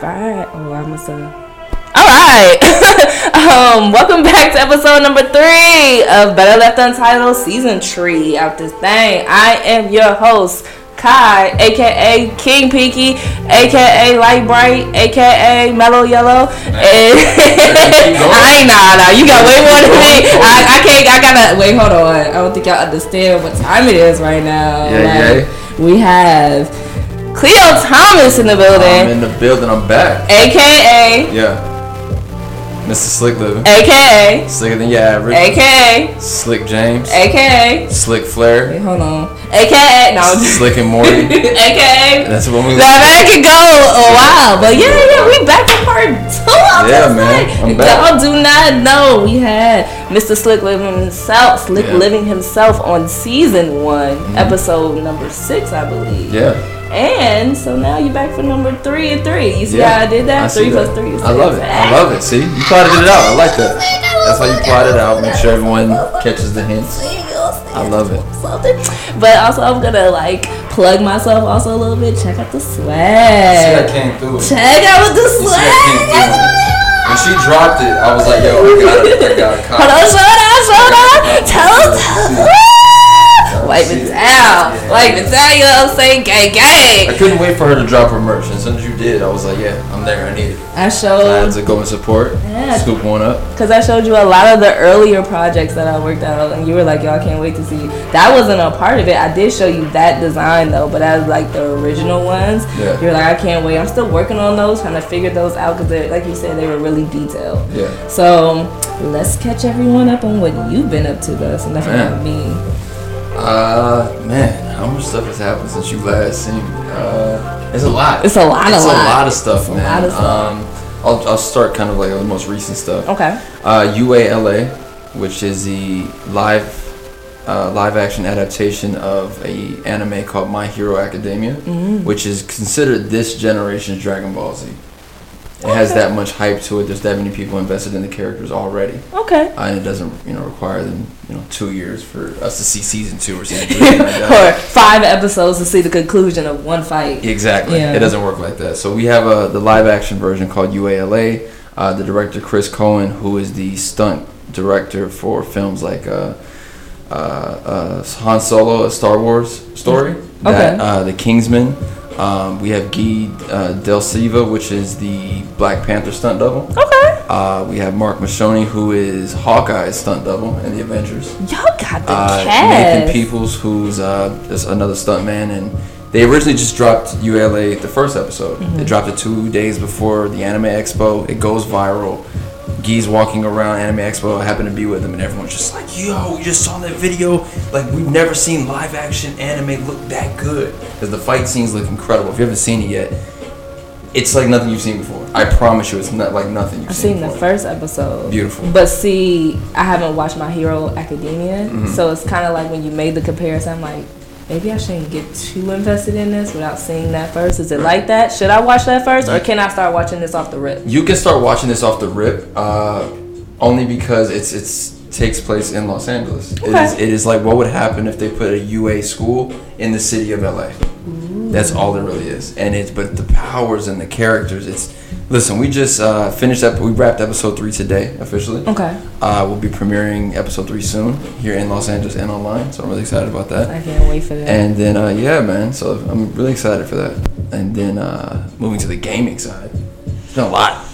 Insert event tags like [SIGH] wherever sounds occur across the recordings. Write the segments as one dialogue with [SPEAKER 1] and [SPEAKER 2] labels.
[SPEAKER 1] five. Oh, I'm a son. All right. [LAUGHS] um, welcome back to episode number three of Better Left Untitled Season Tree of this thing. I am your host, Kai, aka King Peaky, aka Light Bright, aka Mellow Yellow. And [LAUGHS] I ain't nah nah. You got way more than me. I, I can't. I gotta wait. Hold on. I don't think y'all understand what time it is right now.
[SPEAKER 2] Yeah, yeah.
[SPEAKER 1] We have Cleo Thomas in the
[SPEAKER 2] I'm
[SPEAKER 1] building,
[SPEAKER 2] in the building. I'm back.
[SPEAKER 1] aka
[SPEAKER 2] Yeah. Mr. Slick Living.
[SPEAKER 1] aka
[SPEAKER 2] Slicker than your average.
[SPEAKER 1] aka
[SPEAKER 2] Slick James.
[SPEAKER 1] aka.
[SPEAKER 2] Slick
[SPEAKER 1] Wait,
[SPEAKER 2] Flair.
[SPEAKER 1] hold on. AKA no.
[SPEAKER 2] [LAUGHS] Slick
[SPEAKER 1] [LAUGHS]
[SPEAKER 2] and Morty.
[SPEAKER 1] AKA.
[SPEAKER 2] That's what we
[SPEAKER 1] That man can go a while, but yeah, yeah, we back to part [LAUGHS] two. I'm
[SPEAKER 2] Yeah,
[SPEAKER 1] just
[SPEAKER 2] man.
[SPEAKER 1] like,
[SPEAKER 2] I'm back.
[SPEAKER 1] Y'all do not know we had Mr. Slick Living himself, Slick
[SPEAKER 2] Yeah. Mm-hmm.
[SPEAKER 1] Living himself on season one, episode number six, I believe.
[SPEAKER 2] Yeah.
[SPEAKER 1] And so now you're back for number three and three. You see
[SPEAKER 2] yeah.
[SPEAKER 1] how I did that?
[SPEAKER 2] I
[SPEAKER 1] three
[SPEAKER 2] see that.
[SPEAKER 1] plus three is
[SPEAKER 2] I love it. I love it. See? You plotted it out. I like that. That's how you plotted it out. Make sure everyone catches the hints. I love it.
[SPEAKER 1] something. But also, I'm gonna like plug myself also a little bit. Check out the swag.
[SPEAKER 2] came through.
[SPEAKER 1] Check out the
[SPEAKER 2] You see I
[SPEAKER 1] swag.
[SPEAKER 2] When she dropped it, I was like, yo, we got it. I got it.
[SPEAKER 1] Hold on, slow down, slow down. Tell us. Wipe it down. Wipe it down. You know what I'm saying? Gang,
[SPEAKER 2] I
[SPEAKER 1] gang.
[SPEAKER 2] couldn't wait for her to drop her merch. And as soon as you did, I was like, yeah, I'm there. I need it.
[SPEAKER 1] I
[SPEAKER 2] So I
[SPEAKER 1] showed
[SPEAKER 2] had to go and support.
[SPEAKER 1] Oh. Yeah.
[SPEAKER 2] Scoop one up.
[SPEAKER 1] Because I showed you a lot of the earlier projects that I worked out, and you were like, y'all can't wait to see. That wasn't a part of it. I did show you that design, though, but as like the original ones,
[SPEAKER 2] Yeah.
[SPEAKER 1] you're like, I can't wait. I'm still working on those, trying to figure those out, because like you said, they were really detailed.
[SPEAKER 2] Yeah.
[SPEAKER 1] So let's catch everyone up on what you've been up to, though. So nothing
[SPEAKER 2] Man.
[SPEAKER 1] about me.
[SPEAKER 2] Uh, man, how much stuff has happened since you last seen me? Uh, it's a lot.
[SPEAKER 1] It's a lot, a
[SPEAKER 2] It's
[SPEAKER 1] lot.
[SPEAKER 2] a lot of stuff, man.
[SPEAKER 1] lot of stuff.
[SPEAKER 2] Um, I'll, I'll start kind of like with the most recent stuff.
[SPEAKER 1] Okay.
[SPEAKER 2] Uh, UALA, which is the live. Uh, live action adaptation of a anime called My Hero Academia, which is considered this generation's Dragon Ball Z. It has that much hype to it. There's that many people invested in the characters already.
[SPEAKER 1] Okay. [LAUGHS]
[SPEAKER 2] Uh, and it doesn't you know require them you know two years for us to see season two or season
[SPEAKER 1] [LAUGHS]
[SPEAKER 2] three. or anything like that.
[SPEAKER 1] or five episodes to see the conclusion of one fight.
[SPEAKER 2] Exactly.
[SPEAKER 1] Yeah.
[SPEAKER 2] It doesn't work like that. So we have uh, the live action version called UALA. Uh, the director Chris Cohen, who is the stunt director for films like uh, uh, uh, Han Solo, a Star Wars story, that,
[SPEAKER 1] Mm-hmm. Okay.
[SPEAKER 2] uh, the Kingsman. Um, we have Guy uh, Del Silva, which is the Black Panther stunt double.
[SPEAKER 1] Okay.
[SPEAKER 2] Uh, we have Mark Mashoni, who is Hawkeye's stunt double in the Avengers.
[SPEAKER 1] Y'all got the
[SPEAKER 2] uh,
[SPEAKER 1] cast.
[SPEAKER 2] Nathan Peoples, who's uh, is another stuntman, and they originally just dropped ULA the first episode.
[SPEAKER 1] Mm-hmm.
[SPEAKER 2] They dropped it two days before the Anime Expo. It goes viral. Gee's walking around Anime Expo. I happen to be with him, and everyone's just like, "Yo, we just saw that video. Like, we've never seen live action anime look that good." Because the fight scenes look incredible. If you haven't seen it yet, it's like nothing you've seen before. I promise you, it's not like nothing you've
[SPEAKER 1] I've seen the
[SPEAKER 2] before.
[SPEAKER 1] first episode.
[SPEAKER 2] Beautiful.
[SPEAKER 1] But see, I haven't watched My Hero Academia, so it's kind of like when you made the comparison, I'm like, maybe I shouldn't get too invested in this without seeing that first. Is it like that? Should I watch that first, or can I start watching this off the rip?
[SPEAKER 2] You can start watching this off the rip, uh, only because it's it's takes place in Los Angeles. It is
[SPEAKER 1] Okay.
[SPEAKER 2] it is like what would happen if they put a UA school in the city of LA. That's all it really is, and it's but the powers and the characters. It's listen, we just uh, finished up. We wrapped episode three today officially.
[SPEAKER 1] Okay.
[SPEAKER 2] Uh, we'll be premiering episode three soon here in Los Angeles and online. So I'm really excited about that.
[SPEAKER 1] I can't wait for that.
[SPEAKER 2] And then uh, yeah, man. So I'm really excited for that. And then uh, moving to the gaming side, it's been a lot.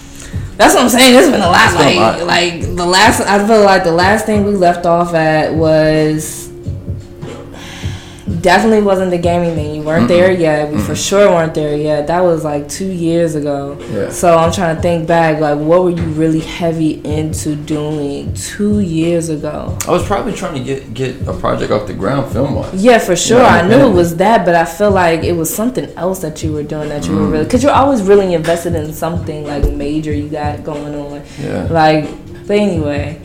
[SPEAKER 1] That's what I'm saying. It's been a lot.
[SPEAKER 2] It's been a
[SPEAKER 1] like,
[SPEAKER 2] lot.
[SPEAKER 1] like the last, I feel like the last thing we left off at was definitely wasn't the gaming thing. You weren't there yet. We for sure weren't there yet. That was like two years ago.
[SPEAKER 2] Yeah.
[SPEAKER 1] So I'm trying to think back. Like, what were you really heavy into doing two years ago?
[SPEAKER 2] I was probably trying to get get a project off the ground film wise.
[SPEAKER 1] Yeah, for sure.
[SPEAKER 2] Yeah,
[SPEAKER 1] I knew it
[SPEAKER 2] definitely.
[SPEAKER 1] was that, but I feel like it was something else that you were doing that you were
[SPEAKER 2] Mm.
[SPEAKER 1] really because you're always really invested in something like major you got going on.
[SPEAKER 2] Yeah.
[SPEAKER 1] Like, but anyway,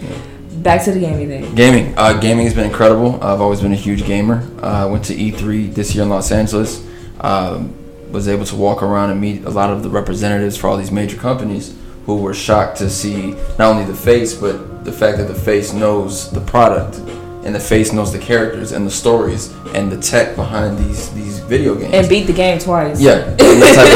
[SPEAKER 1] back to the gaming thing.
[SPEAKER 2] Gaming, uh, gaming has been incredible. I've always been a huge gamer. Uh, I went to E3 this year in Los Angeles. Um, was able to walk around and meet a lot of the representatives for all these major companies who were shocked to see not only the face but the fact that the face knows the product and the face knows the characters and the stories and the tech behind these these video games.
[SPEAKER 1] And beat the game twice.
[SPEAKER 2] Yeah, I'm that type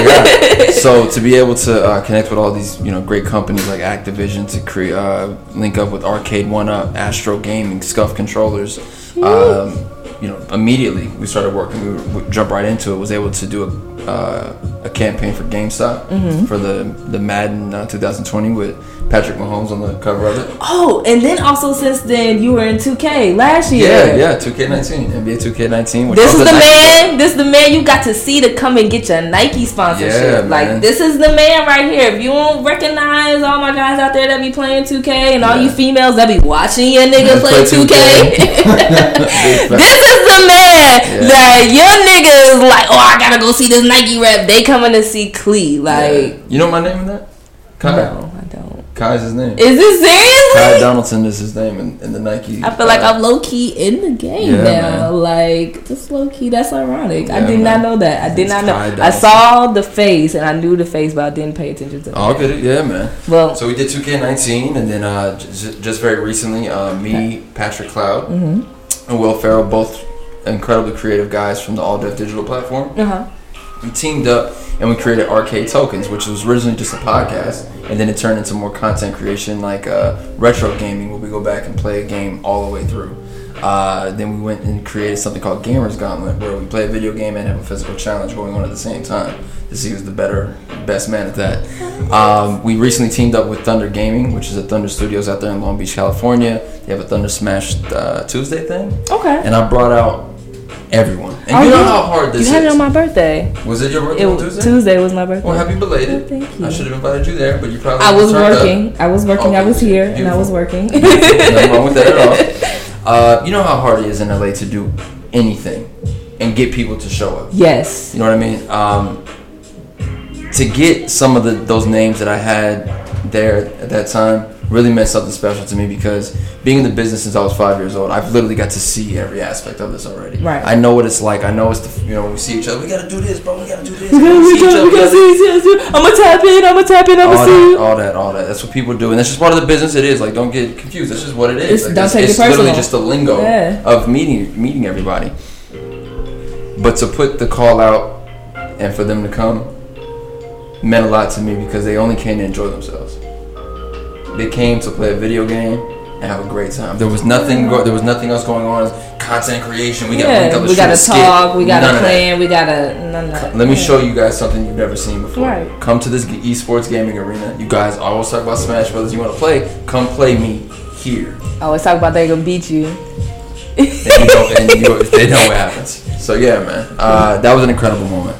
[SPEAKER 2] of guy. so to be able to uh, connect with all these you know great companies like Activision to create uh, link up with Arcade One Up, Astro Gaming, Scuff Controllers, um, you know immediately we started working. We, were, we jumped right into it. Was able to do a, uh, a campaign for GameStop
[SPEAKER 1] Mm-hmm.
[SPEAKER 2] for the the Madden uh, 2020 with Patrick Mahomes on the cover of it.
[SPEAKER 1] Oh, and then also since then you were in 2K last year.
[SPEAKER 2] Yeah, yeah, 2K19, NBA 2K19. which
[SPEAKER 1] This is
[SPEAKER 2] was a
[SPEAKER 1] the
[SPEAKER 2] nice- [LAUGHS]
[SPEAKER 1] man. This is the man you got to see to come and get your Nike
[SPEAKER 2] Yeah,
[SPEAKER 1] sponsorship.
[SPEAKER 2] man.
[SPEAKER 1] like this is the man right here. If you don't recognize all my guys out there that be playing 2K and all
[SPEAKER 2] Yeah.
[SPEAKER 1] you females that be watching your nigga play
[SPEAKER 2] Play
[SPEAKER 1] 2K, [LAUGHS]
[SPEAKER 2] [LAUGHS] 2K.
[SPEAKER 1] this is the man
[SPEAKER 2] Yeah.
[SPEAKER 1] that your niggas like. Oh, I gotta go see this Nike rep. They coming to see Clee. Like,
[SPEAKER 2] Yeah. You know my name in that? Kai.
[SPEAKER 1] no, I don't.
[SPEAKER 2] Kai's his name.
[SPEAKER 1] Is this
[SPEAKER 2] Kai
[SPEAKER 1] seriously?
[SPEAKER 2] Donaldson is his name in, in the Nike.
[SPEAKER 1] I feel like
[SPEAKER 2] uh,
[SPEAKER 1] I'm low key in the game
[SPEAKER 2] Yeah,
[SPEAKER 1] now. Like just low key. That's ironic. I
[SPEAKER 2] Yeah,
[SPEAKER 1] did
[SPEAKER 2] man.
[SPEAKER 1] not know that. I did
[SPEAKER 2] It's
[SPEAKER 1] not know.
[SPEAKER 2] Kai
[SPEAKER 1] I
[SPEAKER 2] Dawson.
[SPEAKER 1] saw the face and I knew the face, but I didn't pay attention to.
[SPEAKER 2] Oh,
[SPEAKER 1] it.
[SPEAKER 2] I get it. Yeah, man.
[SPEAKER 1] Well,
[SPEAKER 2] So we did 2K19, and then uh, j- just very recently, uh, me, Patrick Cloud,
[SPEAKER 1] Mm-hmm.
[SPEAKER 2] and Will Farrell, both incredibly creative guys from the All Dev Digital platform.
[SPEAKER 1] uh huh.
[SPEAKER 2] We teamed up and we created Arcade Tokens, which was originally just a podcast, and then it turned into more content creation, like uh, retro gaming, where we go back and play a game all the way through. Uh, then we went and created something called Gamers Gauntlet, where we play a video game and have a physical challenge going on at the same time to see who's the better, best man at that. Um, we recently teamed up with Thunder Gaming, which is at Thunder Studios out there in Long Beach, California. They have a Thunder Smash uh, Tuesday thing,
[SPEAKER 1] Okay.
[SPEAKER 2] and I brought out everyone. And
[SPEAKER 1] Oh,
[SPEAKER 2] you know
[SPEAKER 1] you-
[SPEAKER 2] how hard
[SPEAKER 1] You
[SPEAKER 2] this
[SPEAKER 1] had it
[SPEAKER 2] is.
[SPEAKER 1] on my birthday.
[SPEAKER 2] was it your birthday
[SPEAKER 1] It
[SPEAKER 2] on
[SPEAKER 1] was Tuesday was my birthday.
[SPEAKER 2] well, happy belated.
[SPEAKER 1] Oh, thank you.
[SPEAKER 2] I should have invited you there, but you probably.
[SPEAKER 1] I was
[SPEAKER 2] turned up.
[SPEAKER 1] working. I was working. I
[SPEAKER 2] Okay,
[SPEAKER 1] was here and I
[SPEAKER 2] beautiful.
[SPEAKER 1] was working.
[SPEAKER 2] [LAUGHS] Nothing wrong with that
[SPEAKER 1] [LAUGHS]
[SPEAKER 2] at all. Uh, you know how hard it is in LA to do anything and get people to show up.
[SPEAKER 1] yes.
[SPEAKER 2] You know what I mean? Um, to get some of the those names that I had there at that time really meant something special to me because being in the business since I was five years old, I've literally got to see every aspect of this already.
[SPEAKER 1] Right.
[SPEAKER 2] I know what it's like. I know it's the you know when we see each other, we gotta do this, bro. We gotta do
[SPEAKER 1] [LAUGHS]
[SPEAKER 2] this.
[SPEAKER 1] We
[SPEAKER 2] when see each
[SPEAKER 1] got-
[SPEAKER 2] other,
[SPEAKER 1] we got
[SPEAKER 2] gotta
[SPEAKER 1] see- see- see- I'ma tap in, I'ma tap in, I'ma
[SPEAKER 2] all
[SPEAKER 1] see
[SPEAKER 2] that, Oh,
[SPEAKER 1] you.
[SPEAKER 2] all that, all that. That's what people do, and that's just part of the business. It is like don't get confused. That's just what it is.
[SPEAKER 1] It's-
[SPEAKER 2] Like,
[SPEAKER 1] don't take it
[SPEAKER 2] it's literally
[SPEAKER 1] personal.
[SPEAKER 2] just the lingo
[SPEAKER 1] Yeah.
[SPEAKER 2] of meeting meeting everybody. But to put the call out and for them to come meant a lot to me because they only came to enjoy themselves. They came to play a video game and have a great time. There was nothing. Go- there was nothing else going on. Content creation. We got to link
[SPEAKER 1] Yeah,
[SPEAKER 2] up. and
[SPEAKER 1] we
[SPEAKER 2] shoot a
[SPEAKER 1] gotta
[SPEAKER 2] skit.
[SPEAKER 1] talk, we
[SPEAKER 2] None
[SPEAKER 1] gotta
[SPEAKER 2] of that.
[SPEAKER 1] plan, we gotta none of that.
[SPEAKER 2] Let me
[SPEAKER 1] Yeah.
[SPEAKER 2] show you guys something you've never seen before.
[SPEAKER 1] Right.
[SPEAKER 2] Come to this esports gaming arena. You guys always talk about Smash Brothers. You want to play? Come play me here.
[SPEAKER 1] I always talk about they gonna beat you.
[SPEAKER 2] And you don't, and you, they know what happens. So yeah, man. Uh, that was an incredible moment.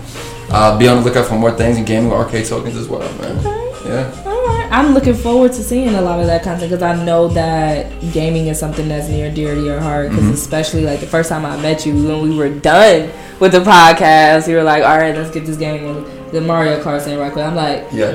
[SPEAKER 2] Uh, be on the lookout for more things in gaming with arcade tokens as well, man. Yeah.
[SPEAKER 1] Alright, I'm looking forward to seeing a lot of that content because I know that gaming is something that's near and dear to your heart. Because
[SPEAKER 2] Mm-hmm.
[SPEAKER 1] especially like the first time I met you, when we were done with the podcast, you were like, "All right, let's get this game, the Mario Kart thing right quick." I'm like,
[SPEAKER 2] Yeah.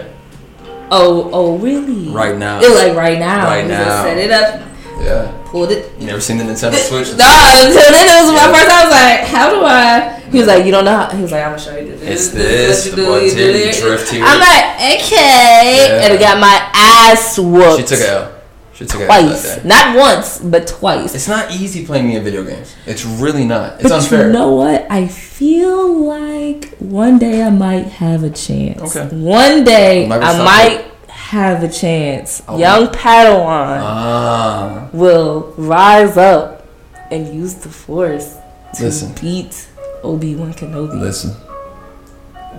[SPEAKER 1] "Oh, oh, really?"
[SPEAKER 2] Right now.
[SPEAKER 1] It was like right now.
[SPEAKER 2] Right
[SPEAKER 1] We just
[SPEAKER 2] now.
[SPEAKER 1] Set it up,
[SPEAKER 2] Yeah.
[SPEAKER 1] pulled it.
[SPEAKER 2] You never seen the Nintendo Switch?
[SPEAKER 1] [LAUGHS] No, until then it was my
[SPEAKER 2] Yeah.
[SPEAKER 1] first. time. I was like, "How do I?" He was like, "You don't know." How. He was like, "I'm gonna show you this.
[SPEAKER 2] It's
[SPEAKER 1] is
[SPEAKER 2] this,
[SPEAKER 1] what
[SPEAKER 2] the
[SPEAKER 1] do,
[SPEAKER 2] buttons
[SPEAKER 1] do
[SPEAKER 2] here, you
[SPEAKER 1] this."
[SPEAKER 2] drift here.
[SPEAKER 1] I'm like, "Okay,"
[SPEAKER 2] Yeah.
[SPEAKER 1] and it got my ass whooped.
[SPEAKER 2] She took a L. She took a L that
[SPEAKER 1] twice.
[SPEAKER 2] day.
[SPEAKER 1] Not once, but twice.
[SPEAKER 2] It's not easy playing me in video games. It's really not. It's
[SPEAKER 1] but
[SPEAKER 2] unfair.
[SPEAKER 1] you know what? I feel like one day I might have a chance.
[SPEAKER 2] Okay.
[SPEAKER 1] One day
[SPEAKER 2] I'm not gonna
[SPEAKER 1] I
[SPEAKER 2] stop
[SPEAKER 1] might have a chance.
[SPEAKER 2] Oh. Uh.
[SPEAKER 1] Young Padawan
[SPEAKER 2] Ah.
[SPEAKER 1] will rise up and use the Force to
[SPEAKER 2] Listen.
[SPEAKER 1] beat Obi Wan Kenobi.
[SPEAKER 2] Listen.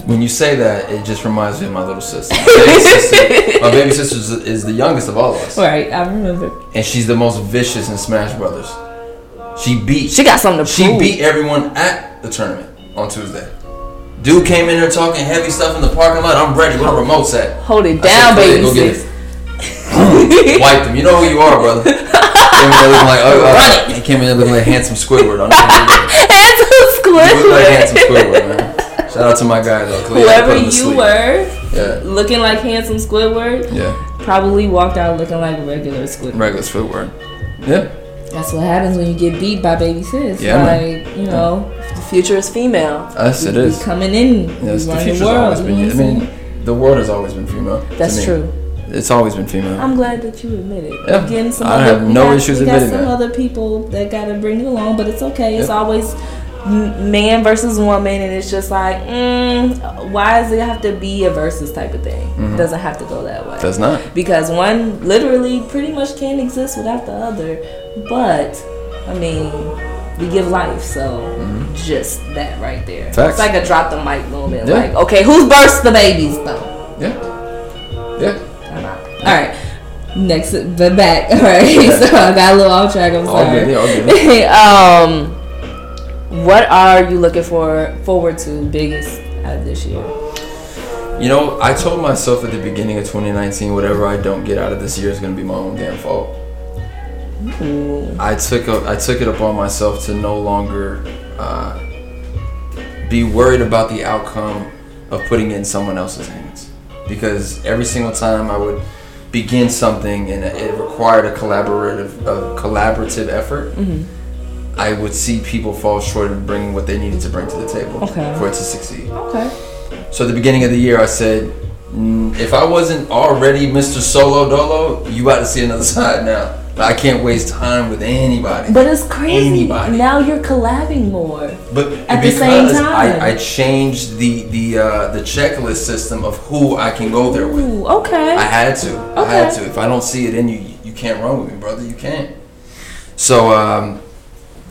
[SPEAKER 2] When you say that, it just reminds me of my little sister.
[SPEAKER 1] [LAUGHS]
[SPEAKER 2] My baby sister, my baby sister is, is the youngest of all of us,
[SPEAKER 1] Right, I remember.
[SPEAKER 2] and she's the most vicious in Smash Brothers. She beat
[SPEAKER 1] She got something to
[SPEAKER 2] she
[SPEAKER 1] prove.
[SPEAKER 2] beat everyone at the tournament on Tuesday. Dude came in there talking heavy stuff in the parking lot. I'm ready. Where the remote's at?
[SPEAKER 1] Hold it
[SPEAKER 2] I said,
[SPEAKER 1] down,
[SPEAKER 2] "Play it,
[SPEAKER 1] baby
[SPEAKER 2] go get
[SPEAKER 1] sis.
[SPEAKER 2] [LAUGHS] it." Wiped him. You know who you are, brother. Came in there looking like, oh, uh,
[SPEAKER 1] Run
[SPEAKER 2] he came in there looking like handsome Squidward. I'm not gonna
[SPEAKER 1] Hands up,
[SPEAKER 2] do it. You look like
[SPEAKER 1] Squidward.
[SPEAKER 2] handsome Squidward, man. Shout out to my guy though. Khalid, I put
[SPEAKER 1] Whoever
[SPEAKER 2] him to
[SPEAKER 1] you
[SPEAKER 2] sleep.
[SPEAKER 1] were,
[SPEAKER 2] Yeah,
[SPEAKER 1] looking like handsome Squidward,
[SPEAKER 2] yeah.
[SPEAKER 1] probably walked out looking like regular squid.
[SPEAKER 2] regular footwear. Yeah.
[SPEAKER 1] That's what happens when you get beat by baby sis.
[SPEAKER 2] Yeah,
[SPEAKER 1] like you know, the future is female.
[SPEAKER 2] Yes,
[SPEAKER 1] We-
[SPEAKER 2] it
[SPEAKER 1] we
[SPEAKER 2] is.
[SPEAKER 1] coming in.
[SPEAKER 2] Yes,
[SPEAKER 1] we
[SPEAKER 2] the
[SPEAKER 1] run
[SPEAKER 2] future's
[SPEAKER 1] the world.
[SPEAKER 2] always
[SPEAKER 1] you know
[SPEAKER 2] been. I
[SPEAKER 1] what I'm saying?
[SPEAKER 2] mean, the world has always been female. to
[SPEAKER 1] that's
[SPEAKER 2] me.
[SPEAKER 1] true.
[SPEAKER 2] It's always been female.
[SPEAKER 1] I'm glad that you admit it.
[SPEAKER 2] Yeah,
[SPEAKER 1] Again, some
[SPEAKER 2] I
[SPEAKER 1] other,
[SPEAKER 2] have no
[SPEAKER 1] we got-
[SPEAKER 2] issues
[SPEAKER 1] we got
[SPEAKER 2] admitting
[SPEAKER 1] some
[SPEAKER 2] that.
[SPEAKER 1] other people that gotta bring it along, but it's okay. It's
[SPEAKER 2] Yeah.
[SPEAKER 1] always m- man versus woman, and it's just like, mm, why does it have to be a versus type of thing?
[SPEAKER 2] Mm-hmm.
[SPEAKER 1] It doesn't have to go that way.
[SPEAKER 2] Does not.
[SPEAKER 1] because one literally pretty much can't exist without the other. But I mean, we give life, so just that right there.
[SPEAKER 2] Mm-hmm. Facts.
[SPEAKER 1] It's like a drop the mic moment.
[SPEAKER 2] Yeah.
[SPEAKER 1] Like, okay, who's burst the babies though?
[SPEAKER 2] Yeah. Yeah.
[SPEAKER 1] I'm out. All right. Next, but back. [LAUGHS] All right, so I got a little off track. I'm
[SPEAKER 2] All good.
[SPEAKER 1] sorry.
[SPEAKER 2] Yeah, all good.
[SPEAKER 1] [LAUGHS] um, what are you looking for forward to biggest out of this year?
[SPEAKER 2] You know, I told myself at the beginning of 2019, whatever I don't get out of this year is gonna be my own damn fault.
[SPEAKER 1] Ooh.
[SPEAKER 2] I took a, I took it upon myself to no longer uh, be worried about the outcome of putting it in someone else's hands because every single time I would begin something and it required a collaborative a collaborative effort. I would see people fall short of bringing what they needed to bring to the table
[SPEAKER 1] Okay.
[SPEAKER 2] for it to succeed.
[SPEAKER 1] Okay.
[SPEAKER 2] So at the beginning of the year, I said, "Mm, if I wasn't already Mr. Solo Dolo, you about to see another [LAUGHS] side now. I can't waste time with anybody.
[SPEAKER 1] But it's crazy.
[SPEAKER 2] Anybody.
[SPEAKER 1] Now you're collabing more.
[SPEAKER 2] But
[SPEAKER 1] At the
[SPEAKER 2] because
[SPEAKER 1] same time.
[SPEAKER 2] I, I changed the the uh, the checklist system of who I can go there with.
[SPEAKER 1] Ooh, okay.
[SPEAKER 2] I had to. I had
[SPEAKER 1] Okay.
[SPEAKER 2] to. If I don't see it in you, you can't run with me, brother. You can't. So, um,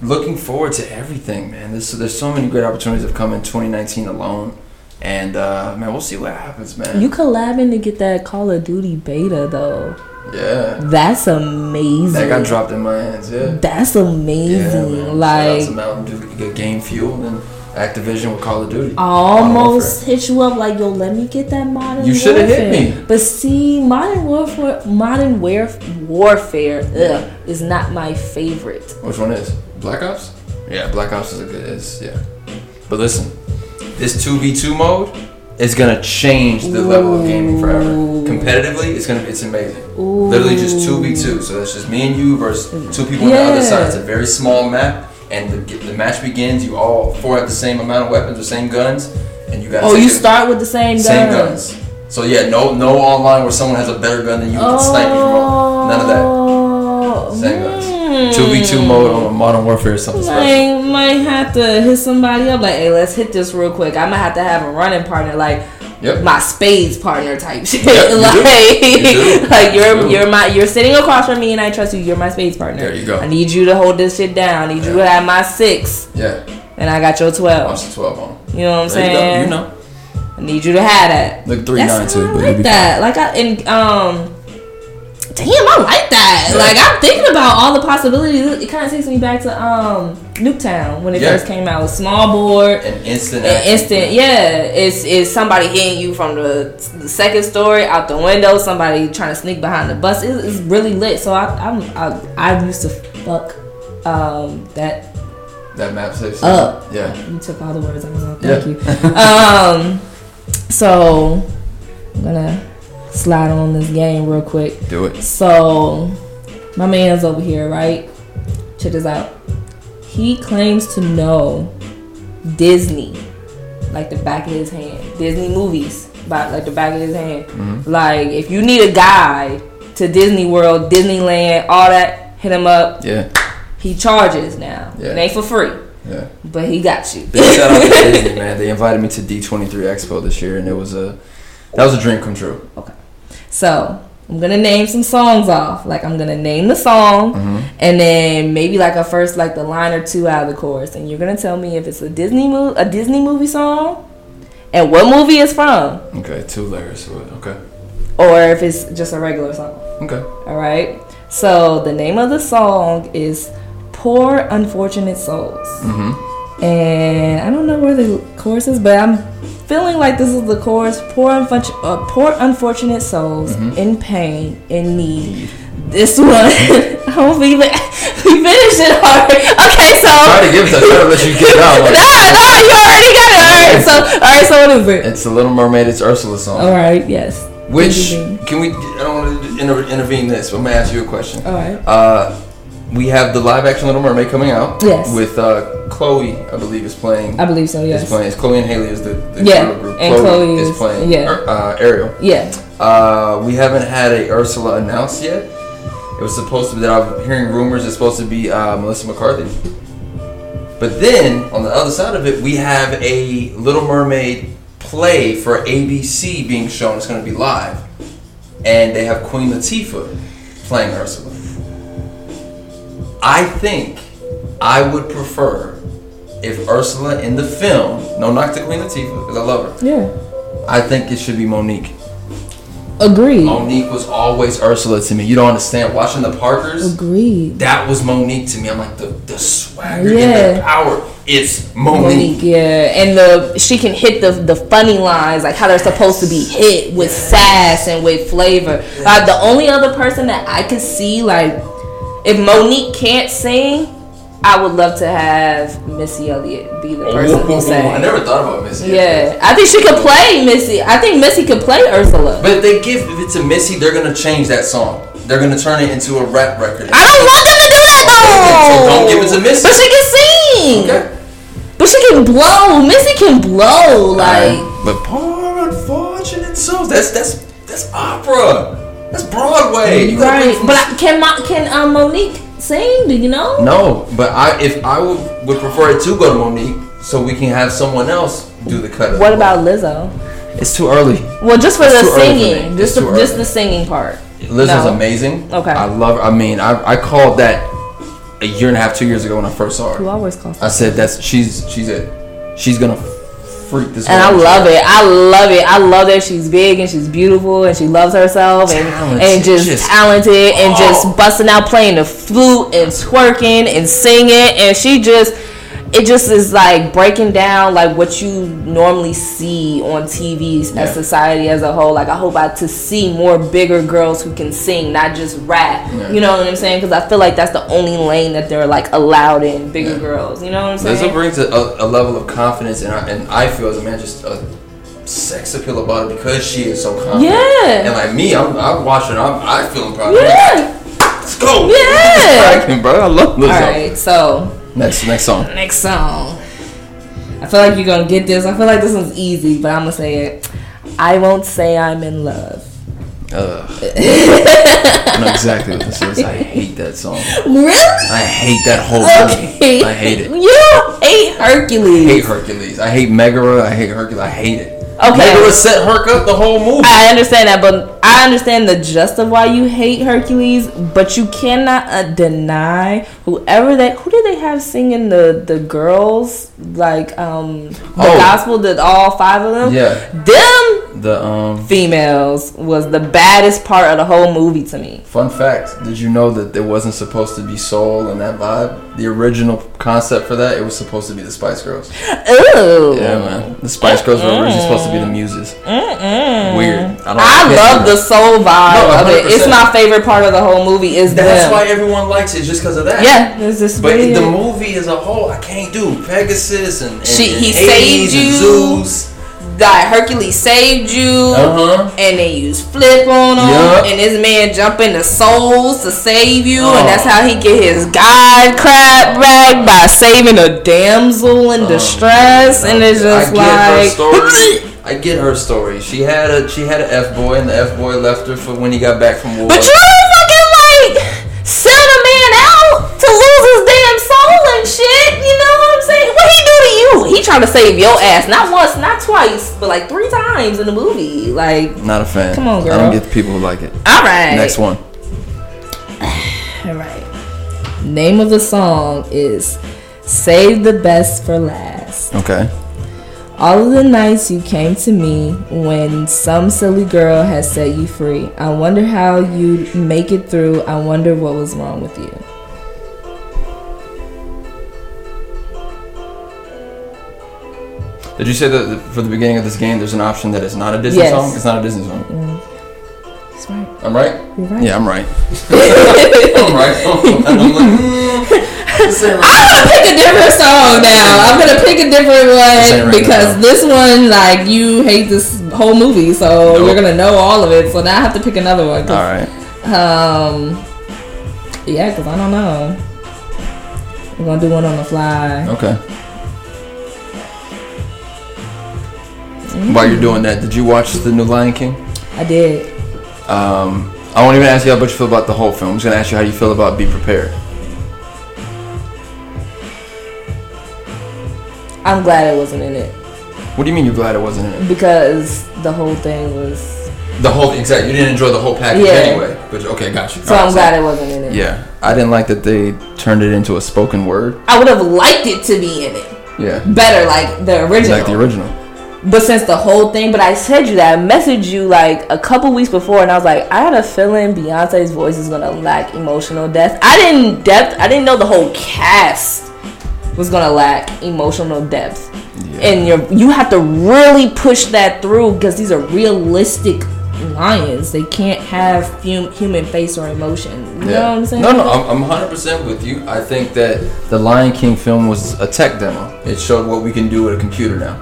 [SPEAKER 2] looking forward to everything, man. There's there's so many great opportunities that have come in 2019 alone, and uh, man, we'll see what happens, man.
[SPEAKER 1] You collabing to get that Call of Duty beta though.
[SPEAKER 2] yeah,
[SPEAKER 1] That's amazing.
[SPEAKER 2] that got dropped in my hands. Yeah.
[SPEAKER 1] That's
[SPEAKER 2] Yeah,
[SPEAKER 1] amazing.
[SPEAKER 2] man. Shout out to
[SPEAKER 1] like
[SPEAKER 2] Mountain Dew, get Game Fuel, and Activision with Call of Duty.
[SPEAKER 1] almost hit you up like yo, let me get that modern.
[SPEAKER 2] You shoulda hit
[SPEAKER 1] Warfare.
[SPEAKER 2] me.
[SPEAKER 1] But see, modern warfare, modern warf- warfare, ugh, is not my favorite.
[SPEAKER 2] Which one is Black Ops? Yeah, Black Ops is a good. Is yeah. But listen, this two v two mode is gonna change the level of gaming forever.
[SPEAKER 1] Ooh.
[SPEAKER 2] Competitively, it's gonna it's amazing.
[SPEAKER 1] Ooh.
[SPEAKER 2] Literally just two v two. So that's just me and you versus two people on the
[SPEAKER 1] Yeah.
[SPEAKER 2] other side. It's a very small map, and the, the match begins. You all four have the same amount of weapons, the same guns, and you gotta.
[SPEAKER 1] Oh,
[SPEAKER 2] take
[SPEAKER 1] you
[SPEAKER 2] it-
[SPEAKER 1] start with the same,
[SPEAKER 2] same
[SPEAKER 1] gun.
[SPEAKER 2] guns. So yeah, no no online where someone has a better gun than you can snipe you from. None of that.
[SPEAKER 1] that.
[SPEAKER 2] Same guns. Two v two mode on Modern Warfare is something special.
[SPEAKER 1] Oh, Like, might have to hit somebody up. Like, hey, let's hit this real quick. I might have to have a running partner, like
[SPEAKER 2] Yep.
[SPEAKER 1] my spades partner type shit. [LAUGHS]
[SPEAKER 2] Yep, you do.
[SPEAKER 1] like,
[SPEAKER 2] You do.
[SPEAKER 1] [LAUGHS] like you're
[SPEAKER 2] You do.
[SPEAKER 1] you're my you're sitting across from me, and I trust you. You're my spades partner.
[SPEAKER 2] There you go.
[SPEAKER 1] I need you to hold this shit down. I need you to have my six,
[SPEAKER 2] Yeah,
[SPEAKER 1] and I got your twelve.
[SPEAKER 2] watch the 12 on.
[SPEAKER 1] You know what I'm
[SPEAKER 2] There you go,
[SPEAKER 1] saying?
[SPEAKER 2] you know.
[SPEAKER 1] I need you to have that.
[SPEAKER 2] Look,
[SPEAKER 1] That's how
[SPEAKER 2] 392,
[SPEAKER 1] I
[SPEAKER 2] but
[SPEAKER 1] like
[SPEAKER 2] you be
[SPEAKER 1] that. Like I and um. Damn, I like that. Like I'm thinking about all the possibilities. It kind of takes me back to um Nuketown when it
[SPEAKER 2] Yeah.
[SPEAKER 1] first came out. Small board,
[SPEAKER 2] an instant.
[SPEAKER 1] an
[SPEAKER 2] action.
[SPEAKER 1] instant. Yeah, it's it's somebody hitting you from the, the second story out the window. Somebody trying to sneak behind the bus. It, it's really lit. So I I'm, I I used to fuck um that.
[SPEAKER 2] That map saves.
[SPEAKER 1] e- Up.
[SPEAKER 2] Yeah.
[SPEAKER 1] You took all the words I was on.
[SPEAKER 2] Yeah.
[SPEAKER 1] Thank you. Um, so I'm gonna slide on this game real quick.
[SPEAKER 2] Do it.
[SPEAKER 1] So my man's over here, right? Check this out. He claims to know Disney, like the back of his hand. Disney movies, by like the back of his hand. Like if you need a guide to Disney World, Disneyland, all that, hit him up.
[SPEAKER 2] Yeah.
[SPEAKER 1] He charges now.
[SPEAKER 2] Yeah.
[SPEAKER 1] It ain't for free,
[SPEAKER 2] Yeah.
[SPEAKER 1] but he got you.
[SPEAKER 2] Big shout out to Disney, man. They invited me to D23 Expo this year, and it was a that was a dream come true.
[SPEAKER 1] [LAUGHS] So I'm gonna name some songs off. Like I'm gonna name the song,
[SPEAKER 2] Mm-hmm.
[SPEAKER 1] and then maybe like a first like the line or two out of the chorus, and you're gonna tell me if it's a Disney mo- a Disney movie song, and what movie it's from,
[SPEAKER 2] Okay, two layers. so- Okay.
[SPEAKER 1] or if it's just a regular song.
[SPEAKER 2] Okay.
[SPEAKER 1] All right. So the name of the song is "Poor Unfortunate Souls,"
[SPEAKER 2] Mm-hmm.
[SPEAKER 1] and I don't know where the chorus is, but I'm feeling like this is the chorus. Poor unfortunate, uh, poor unfortunate souls
[SPEAKER 2] Mm-hmm.
[SPEAKER 1] in pain, in need. This one, [LAUGHS] I hope we, even- [LAUGHS] we finished it already. Okay, so.
[SPEAKER 2] Try to give it. I
[SPEAKER 1] [LAUGHS]
[SPEAKER 2] try to let you get it out.
[SPEAKER 1] No, [LAUGHS]
[SPEAKER 2] Like,
[SPEAKER 1] no, you already got it. All right, so, all right, so what is it?
[SPEAKER 2] it's the Little Mermaid. It's Ursula's song.
[SPEAKER 1] All right, yes.
[SPEAKER 2] Which
[SPEAKER 1] Mm-hmm.
[SPEAKER 2] can we? I don't want to inter- intervene this, but I'm gonna ask you a question.
[SPEAKER 1] All right.
[SPEAKER 2] Uh, we have the live action Little Mermaid coming out.
[SPEAKER 1] Yes.
[SPEAKER 2] With uh, Chloe, I believe, is playing.
[SPEAKER 1] I believe so.
[SPEAKER 2] Is
[SPEAKER 1] Yes.
[SPEAKER 2] playing. It's Chloe and Haley is the, the
[SPEAKER 1] Yeah,
[SPEAKER 2] girl group.
[SPEAKER 1] and Chloe
[SPEAKER 2] is,
[SPEAKER 1] is-
[SPEAKER 2] playing.
[SPEAKER 1] yeah.
[SPEAKER 2] Ur- uh, Ariel.
[SPEAKER 1] Yeah.
[SPEAKER 2] Uh, we haven't had a Ursula announced yet. It was supposed to be that I'm hearing rumors. It's supposed to be uh, Melissa McCarthy. But then on the other side of it, we have a Little Mermaid play for ABC being shown. It's going to be live, and they have Queen Latifah playing Ursula. I think I would prefer if Ursula in the film, no knock to Queen Latifah because I love her.
[SPEAKER 1] Yeah.
[SPEAKER 2] I think it should be Monique.
[SPEAKER 1] Agreed.
[SPEAKER 2] Monique was always Ursula to me. You don't understand. Watching the Parkers,
[SPEAKER 1] Agreed.
[SPEAKER 2] that was Monique to me. I'm like the the swagger and
[SPEAKER 1] Yeah.
[SPEAKER 2] the power. It's
[SPEAKER 1] Monique,
[SPEAKER 2] Monique.
[SPEAKER 1] yeah, and the she can hit the the funny lines like how they're supposed to be hit with sass and with flavor. Like the only other person that I could see like if Monique can't sing, I would love to have Missy Elliott be the person who
[SPEAKER 2] Oh, I
[SPEAKER 1] sang.
[SPEAKER 2] never thought about Missy.
[SPEAKER 1] Yeah, I think she could play Missy. I think Missy could play Ursula.
[SPEAKER 2] But if they give it to Missy, they're gonna change that song. They're gonna turn it into a rap record.
[SPEAKER 1] I don't want them to do that
[SPEAKER 2] Okay,
[SPEAKER 1] though.
[SPEAKER 2] so don't give it to Missy.
[SPEAKER 1] But she can sing.
[SPEAKER 2] Okay.
[SPEAKER 1] But she can blow. Missy can blow. Like
[SPEAKER 2] Alright. but poor unfortunate souls. That's that's that's opera. That's Broadway. You gotta bring
[SPEAKER 1] right.
[SPEAKER 2] from-
[SPEAKER 1] But I, can Mo, can um, Monique sing? Do you know?
[SPEAKER 2] no, but I if I would would prefer it to go to Monique, so we can have someone else do the cut.
[SPEAKER 1] What about Lizzo?
[SPEAKER 2] It's too early.
[SPEAKER 1] Well, just for
[SPEAKER 2] It's
[SPEAKER 1] the
[SPEAKER 2] too early for me.
[SPEAKER 1] singing,
[SPEAKER 2] It's
[SPEAKER 1] just the,
[SPEAKER 2] too
[SPEAKER 1] just
[SPEAKER 2] early.
[SPEAKER 1] the singing part.
[SPEAKER 2] Lizzo's
[SPEAKER 1] No.
[SPEAKER 2] amazing.
[SPEAKER 1] Okay.
[SPEAKER 2] I love. her. I mean, I I called that a year and a half, two years ago when I first saw her.
[SPEAKER 1] You always call.
[SPEAKER 2] I said that's she's she's it. She's gonna freak this.
[SPEAKER 1] And I
[SPEAKER 2] world.
[SPEAKER 1] love it. I love it. I love that she's big and she's beautiful and she loves herself and,
[SPEAKER 2] Talented,
[SPEAKER 1] and just,
[SPEAKER 2] just-
[SPEAKER 1] talented and
[SPEAKER 2] Oh.
[SPEAKER 1] just busting out playing the flute and twerking and singing and she just it just is like breaking down like what you normally see on TV
[SPEAKER 2] Yeah.
[SPEAKER 1] as society as a whole. Like I hope I to see more bigger girls who can sing, not just rap.
[SPEAKER 2] Yeah.
[SPEAKER 1] You know what I'm saying? Because I feel like that's the only lane that they're like allowed in bigger
[SPEAKER 2] Yeah.
[SPEAKER 1] girls. You know what I'm saying?
[SPEAKER 2] Lizzo brings a, a, a level of confidence, and I, and I feel as a man just a sex appeal about it because she is so confident.
[SPEAKER 1] Yeah.
[SPEAKER 2] And like me, I'm, I'm watching. I'm I feeling proud.
[SPEAKER 1] yeah.
[SPEAKER 2] Let's [LAUGHS] go.
[SPEAKER 1] Yeah.
[SPEAKER 2] It's cracking, bro. I love Lizzo.
[SPEAKER 1] All right, so
[SPEAKER 2] Next next song.
[SPEAKER 1] next song. I feel like you're gonna get this. I feel like this one's easy, but I'm gonna say it. I won't say I'm in love. [LAUGHS]
[SPEAKER 2] Ugh. I know exactly what this is. I hate that song.
[SPEAKER 1] Really?
[SPEAKER 2] I hate that whole
[SPEAKER 1] Okay.
[SPEAKER 2] thing. I hate it.
[SPEAKER 1] You hate
[SPEAKER 2] I hate
[SPEAKER 1] Hercules.
[SPEAKER 2] Hercules. I hate Megara. I hate Hercules. I hate it.
[SPEAKER 1] Okay.
[SPEAKER 2] Megara set Herc up the whole movie.
[SPEAKER 1] I understand that, but I understand the gist of why you hate Hercules, but you cannot uh, deny whoever they who did they have singing the the girls like um the
[SPEAKER 2] Oh.
[SPEAKER 1] gospel did all five of them
[SPEAKER 2] Yeah.
[SPEAKER 1] them
[SPEAKER 2] The um
[SPEAKER 1] females was the baddest part of the whole movie to me.
[SPEAKER 2] Fun fact: Did you know that there wasn't supposed to be soul in that vibe? The original concept for that it was supposed to be the Spice Girls.
[SPEAKER 1] Ooh.
[SPEAKER 2] Yeah, man. The Spice Girls were originally supposed to be the muses. Weird. I, don't,
[SPEAKER 1] I love the
[SPEAKER 2] this.
[SPEAKER 1] soul vibe
[SPEAKER 2] No,
[SPEAKER 1] of it. It's
[SPEAKER 2] 100%.
[SPEAKER 1] my favorite part of the whole movie. Is
[SPEAKER 2] That's
[SPEAKER 1] them.
[SPEAKER 2] why everyone likes it, just because of that.
[SPEAKER 1] Yeah, there's this.
[SPEAKER 2] But
[SPEAKER 1] weird-
[SPEAKER 2] the movie as a whole, I can't do Pegasus and, and,
[SPEAKER 1] She-
[SPEAKER 2] and
[SPEAKER 1] he
[SPEAKER 2] Hades
[SPEAKER 1] saved
[SPEAKER 2] and
[SPEAKER 1] you.
[SPEAKER 2] Zeus.
[SPEAKER 1] that Hercules saved you.
[SPEAKER 2] Uh huh.
[SPEAKER 1] And they use flip on him,
[SPEAKER 2] Yup.
[SPEAKER 1] and this man jump into souls to save you,
[SPEAKER 2] Oh.
[SPEAKER 1] and that's how he get his god crap back by saving a damsel in distress, and it's just
[SPEAKER 2] Oh. I get
[SPEAKER 1] like
[SPEAKER 2] her
[SPEAKER 1] [LAUGHS]
[SPEAKER 2] story. I get her story. She had a she had an F boy, and the F boy left her for when he got back from war.
[SPEAKER 1] But you don't fucking like send a man out to lose his damn soul and shit. You know what I'm saying? What he do to you? He trying to save your ass, not once, not twice, but like three times in the movie. Like,
[SPEAKER 2] Not a fan.
[SPEAKER 1] Come on,
[SPEAKER 2] I
[SPEAKER 1] girl.
[SPEAKER 2] don't get the people who like it.
[SPEAKER 1] all right,
[SPEAKER 2] Next one.
[SPEAKER 1] All right. Name of the song is "Save the Best for Last."
[SPEAKER 2] Okay.
[SPEAKER 1] All of the nights you came to me when some silly girl has set you free. I wonder how you make it through. I wonder what was wrong with you.
[SPEAKER 2] Did you say that the- for the beginning of this game, there's an option that is not a Disney
[SPEAKER 1] Yes.
[SPEAKER 2] song? It's not a Disney song.
[SPEAKER 1] That's right.
[SPEAKER 2] I'm right.
[SPEAKER 1] You're right.
[SPEAKER 2] Yeah, I'm right. [LAUGHS]
[SPEAKER 1] [LAUGHS]
[SPEAKER 2] I'm right. [LAUGHS] And I'm like, mm, this ain't right.
[SPEAKER 1] I'm gonna pick a different song now. I'm gonna pick a different
[SPEAKER 2] Same
[SPEAKER 1] one
[SPEAKER 2] right
[SPEAKER 1] because
[SPEAKER 2] now.
[SPEAKER 1] this one, like, you hate this whole movie, so
[SPEAKER 2] Nope.
[SPEAKER 1] you're gonna know all of it. So now I have to pick another one.
[SPEAKER 2] All
[SPEAKER 1] 'cause,
[SPEAKER 2] right.
[SPEAKER 1] Um, yeah, because I don't know. We're gonna do one on the fly.
[SPEAKER 2] Okay. While you're doing that, did you watch the new Lion King?
[SPEAKER 1] I did.
[SPEAKER 2] Um, I won't even ask you how much you feel about the whole film. I'm just gonna ask you how you feel about Be Prepared.
[SPEAKER 1] I'm glad it wasn't in it
[SPEAKER 2] What do you mean you're glad it wasn't in it?
[SPEAKER 1] because the whole thing was.
[SPEAKER 2] The whole exact. You didn't enjoy the whole package
[SPEAKER 1] Yeah.
[SPEAKER 2] anyway. But okay, got you.
[SPEAKER 1] So I'm glad it wasn't in it.
[SPEAKER 2] Yeah, I didn't like that they turned it into a spoken word.
[SPEAKER 1] I would have liked it to be in it
[SPEAKER 2] Yeah,
[SPEAKER 1] better, like the original.
[SPEAKER 2] like the original.
[SPEAKER 1] But since the whole thing, but I said you that I messaged you like a couple weeks before, and I was like, I had a feeling Beyonce's voice is gonna lack emotional depth. I didn't depth. I didn't know the whole cast was gonna lack emotional depth. And you you have to really push that through because these are realistic lions. They can't have fum- human face or emotion. You know what I'm saying?
[SPEAKER 2] No, no, I'm, I'm 100% with you. I think that the Lion King film was a tech demo. It showed what we can do with a computer now.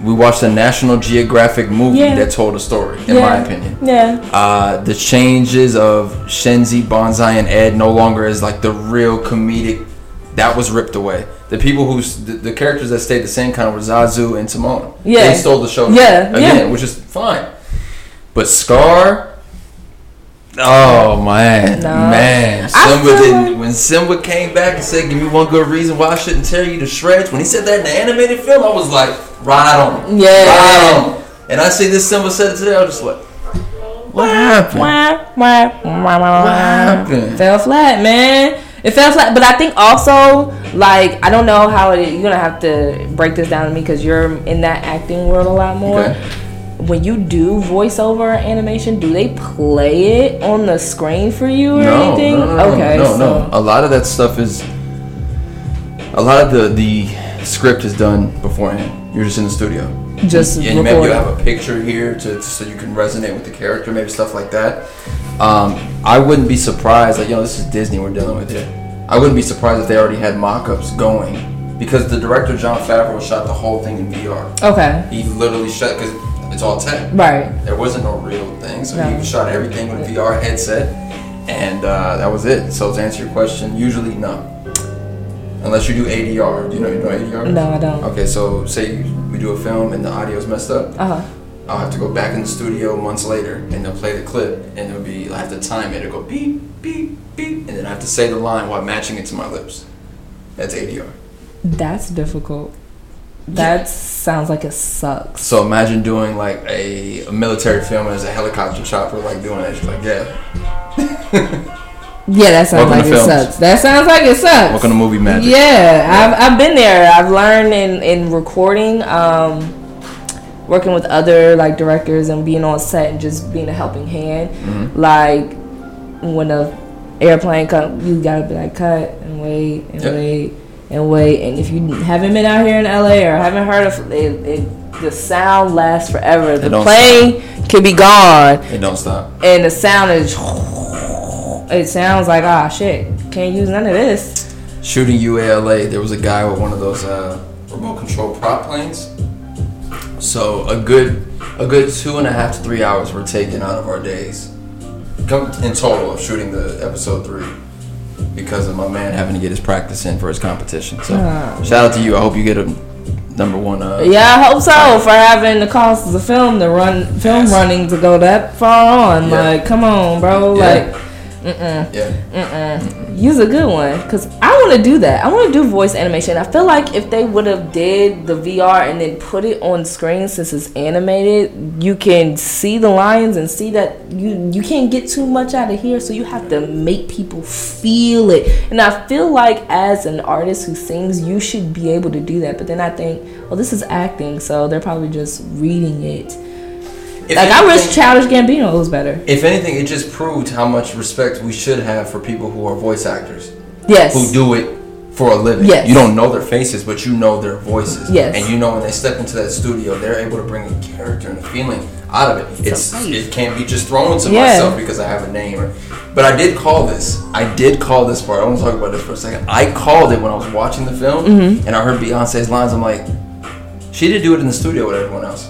[SPEAKER 2] We watched a National Geographic movie
[SPEAKER 1] Yeah.
[SPEAKER 2] that told a story, in my
[SPEAKER 1] Yeah.
[SPEAKER 2] opinion.
[SPEAKER 1] Yeah.
[SPEAKER 2] Uh, the changes of Shenzi, Bonsai, and Ed no longer is like the real comedic. That was ripped away. The people who, s- the, the characters that stayed the same kind of were Zazu and Timon.
[SPEAKER 1] Yeah.
[SPEAKER 2] They stole the show.
[SPEAKER 1] Yeah,
[SPEAKER 2] Again,
[SPEAKER 1] yeah.
[SPEAKER 2] which is fine. But Scar. Oh man,
[SPEAKER 1] No.
[SPEAKER 2] man!
[SPEAKER 1] I
[SPEAKER 2] Simba
[SPEAKER 1] feel
[SPEAKER 2] didn't.
[SPEAKER 1] like-
[SPEAKER 2] when Simba came back and said, "Give me one good reason why I shouldn't tear you to shreds," when he said that in the animated film, I was like, "Ride on,
[SPEAKER 1] Yeah.
[SPEAKER 2] ride on." And I see this Simba said it today. I was just like, "What happened?
[SPEAKER 1] Wah, wah, wah, wah, wah.
[SPEAKER 2] happened?
[SPEAKER 1] Fell flat, man. It fell flat, but I think also like I don't know how it. You're gonna have to break this down to me because you're in that acting world a lot more.
[SPEAKER 2] Okay.
[SPEAKER 1] When you do voiceover animation, do they play it on the screen for you or
[SPEAKER 2] No,
[SPEAKER 1] anything?
[SPEAKER 2] no, no, no,
[SPEAKER 1] okay,
[SPEAKER 2] no,
[SPEAKER 1] so
[SPEAKER 2] no. A lot of that stuff is. A lot of the the script is done beforehand. You're just in the studio.
[SPEAKER 1] just
[SPEAKER 2] and maybe you
[SPEAKER 1] record.
[SPEAKER 2] have a picture here to so you can resonate with the character, maybe stuff like that. Um, I wouldn't be surprised, like you know, this is Disney we're dealing with here. I wouldn't be surprised if they already had mock-ups going because the director John Favreau shot the whole thing in VR.
[SPEAKER 1] okay,
[SPEAKER 2] He literally shot because it's all tech.
[SPEAKER 1] right.
[SPEAKER 2] There wasn't no real thing, so
[SPEAKER 1] No.
[SPEAKER 2] he shot everything with a VR headset, and uh, that was it. So to answer your question, usually no, unless you do ADR. Do you know you know ADR?
[SPEAKER 1] No, I don't.
[SPEAKER 2] Okay, so say we do a film and the audio's messed up.
[SPEAKER 1] Uh huh.
[SPEAKER 2] I'll have to go back in the studio months later and they'll play the clip and it'll be I have to time it. It'll go beep beep beep and then I have to say the line while matching it to my lips. That's ADR.
[SPEAKER 1] That's difficult. That sounds like it sucks.
[SPEAKER 2] So imagine doing like a, a military film as a helicopter chopper, like doing that. She's like, yeah.
[SPEAKER 1] Yeah, that sounds
[SPEAKER 2] Welcome
[SPEAKER 1] like it
[SPEAKER 2] to films.
[SPEAKER 1] sucks. That sounds like it sucks.
[SPEAKER 2] Welcome to movie magic.
[SPEAKER 1] Yeah, I've, I've been there. I've learned in, in recording, um, working with other like directors and being on set and just being a helping hand.
[SPEAKER 2] Mm-hmm.
[SPEAKER 1] Like when a airplane comes, you gotta be like cut and wait and
[SPEAKER 2] Yep.
[SPEAKER 1] wait and wait. And if you haven't been out here in LA or haven't heard of it, it the sound lasts forever. The
[SPEAKER 2] don't
[SPEAKER 1] plane could be gone
[SPEAKER 2] It don't stop.
[SPEAKER 1] and the sound is. It sounds like ah shit. Can't use none of this.
[SPEAKER 2] shooting UALA, there was a guy with one of those uh, remote control prop planes. So a good a good two and a half to three hours were taken out of our days, come in total of shooting the episode three, because of my man having to get his practice in for his competition. So
[SPEAKER 1] Ah.
[SPEAKER 2] shout out to you. I hope you get a number one. Uh,
[SPEAKER 1] Yeah, I hope so. For having the cost of the film to run, film
[SPEAKER 2] Yes.
[SPEAKER 1] running to go that far on,
[SPEAKER 2] Yeah.
[SPEAKER 1] like, come on, bro,
[SPEAKER 2] Yeah.
[SPEAKER 1] like,
[SPEAKER 2] yeah.
[SPEAKER 1] use a good one, cause I want to do that. I want to do voice animation. I feel like if they would have did the VR and then put it on screen since it's animated, you can see the lines and see that you you can't get too much out of here, so you have to make people feel it. And I feel like as an artist who sings, you should be able to do that. But then I think, well, this is acting, so they're probably just reading it.
[SPEAKER 2] If
[SPEAKER 1] Like I wish
[SPEAKER 2] anything-
[SPEAKER 1] Childish Gambino was better.
[SPEAKER 2] If anything, it just proved how much respect we should have for people who are voice actors.
[SPEAKER 1] Yes.
[SPEAKER 2] who do it for a living.
[SPEAKER 1] Yes.
[SPEAKER 2] You don't know their faces, but you know their voices.
[SPEAKER 1] Yes.
[SPEAKER 2] And you know when they step into that studio, they're able to bring a character and a feeling out of it. It's
[SPEAKER 1] life.
[SPEAKER 2] it can't be just thrown to
[SPEAKER 1] Yeah.
[SPEAKER 2] myself because I have a name. Or, but I did call this. I did call this part. I want to talk about this for a second. I called it when I was watching the film,
[SPEAKER 1] Mm-hmm.
[SPEAKER 2] and I heard Beyonce's lines. I'm like, she did do it in the studio with everyone else.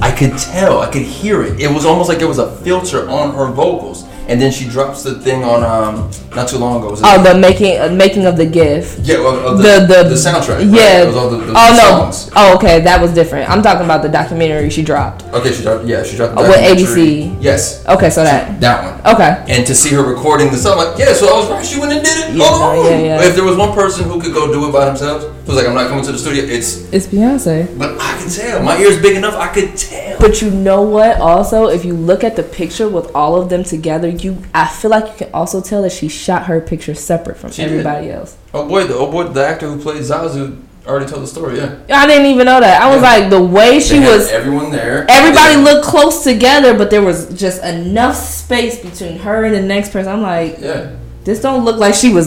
[SPEAKER 2] I could tell, I could hear it. It was almost like there was a filter on her vocals. and then she drops the thing on um not too long ago. Was it-
[SPEAKER 1] Oh, the making uh, making of the GIF.
[SPEAKER 2] yeah, well, uh,
[SPEAKER 1] The the,
[SPEAKER 2] the soundtrack. right?
[SPEAKER 1] Yeah.
[SPEAKER 2] It was all the, the
[SPEAKER 1] oh no.
[SPEAKER 2] songs.
[SPEAKER 1] Oh okay, that was different. I'm talking about the documentary she dropped.
[SPEAKER 2] Okay, she dropped. Yeah, she dropped.
[SPEAKER 1] Oh, with
[SPEAKER 2] documentary.
[SPEAKER 1] ABC.
[SPEAKER 2] Yes,
[SPEAKER 1] Okay, so that.
[SPEAKER 2] that one.
[SPEAKER 1] Okay.
[SPEAKER 2] And to see her recording the song, like, yeah, so I was right. She went and did it.
[SPEAKER 1] Yeah,
[SPEAKER 2] on her
[SPEAKER 1] yeah,
[SPEAKER 2] own.
[SPEAKER 1] yeah.
[SPEAKER 2] If there was one person who could go do it by themselves, who's like, I'm not coming to the studio. It's,
[SPEAKER 1] It's Beyonce.
[SPEAKER 2] but I can tell. My ear's big enough. I could tell.
[SPEAKER 1] But you know what? Also, if you look at the picture with all of them together, you I feel like you can also tell that she shot her picture separate from
[SPEAKER 2] She did.
[SPEAKER 1] everybody else.
[SPEAKER 2] Oh boy, the oh boy, the actor who played Zazu already told the story. Yeah,
[SPEAKER 1] I didn't even know that. I was
[SPEAKER 2] Yeah.
[SPEAKER 1] like the way she
[SPEAKER 2] They had
[SPEAKER 1] was.
[SPEAKER 2] everyone there.
[SPEAKER 1] Everybody
[SPEAKER 2] Yeah.
[SPEAKER 1] looked close together, but there was just enough space between her and the next person. I'm like,
[SPEAKER 2] Yeah,
[SPEAKER 1] this don't look like she was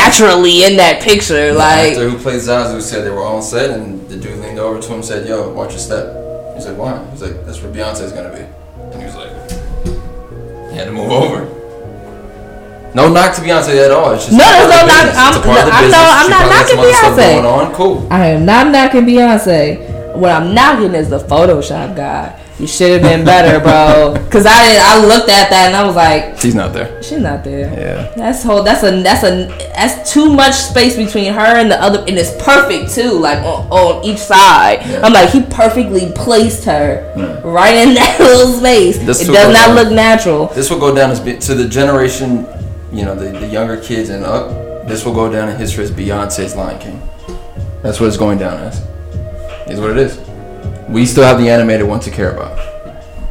[SPEAKER 1] naturally in that picture.
[SPEAKER 2] the
[SPEAKER 1] like,
[SPEAKER 2] actor who played Zazu said they were all on set, and the dude leaned over to him and said, "Yo, watch your step." He's like, "Why?" He's like, "That's where Beyonce's gonna be." And he was like, "He had to move over." No knock to Beyonce at all. It's just
[SPEAKER 1] No, there's no
[SPEAKER 2] it's part of the
[SPEAKER 1] knock.
[SPEAKER 2] business.
[SPEAKER 1] I'm-
[SPEAKER 2] It's a part of the
[SPEAKER 1] I know,
[SPEAKER 2] business.
[SPEAKER 1] I'm
[SPEAKER 2] She
[SPEAKER 1] not
[SPEAKER 2] probably had some
[SPEAKER 1] knocking
[SPEAKER 2] other stuff
[SPEAKER 1] Beyonce.
[SPEAKER 2] Going on, cool.
[SPEAKER 1] I am not knocking Beyonce. What I'm knocking is the Photoshop guy. You should have been better,
[SPEAKER 2] [LAUGHS]
[SPEAKER 1] bro. Cause I didn't, I looked at that and I was like,
[SPEAKER 2] She's not there.
[SPEAKER 1] she's not there.
[SPEAKER 2] Yeah.
[SPEAKER 1] That's whole. That's a. That's a. That's too much space between her and the other, and it's perfect too. Like on, on each side,
[SPEAKER 2] Yeah.
[SPEAKER 1] I'm like he perfectly placed her right in [LAUGHS] that little space.
[SPEAKER 2] That's
[SPEAKER 1] it
[SPEAKER 2] super
[SPEAKER 1] does not
[SPEAKER 2] hard.
[SPEAKER 1] look natural.
[SPEAKER 2] This will go down as be- to the generation, you know, the, the younger kids and up. This will go down in history as Beyonce's Lion King. That's what it's going down as. Is what it is. We still have the animated one to care about.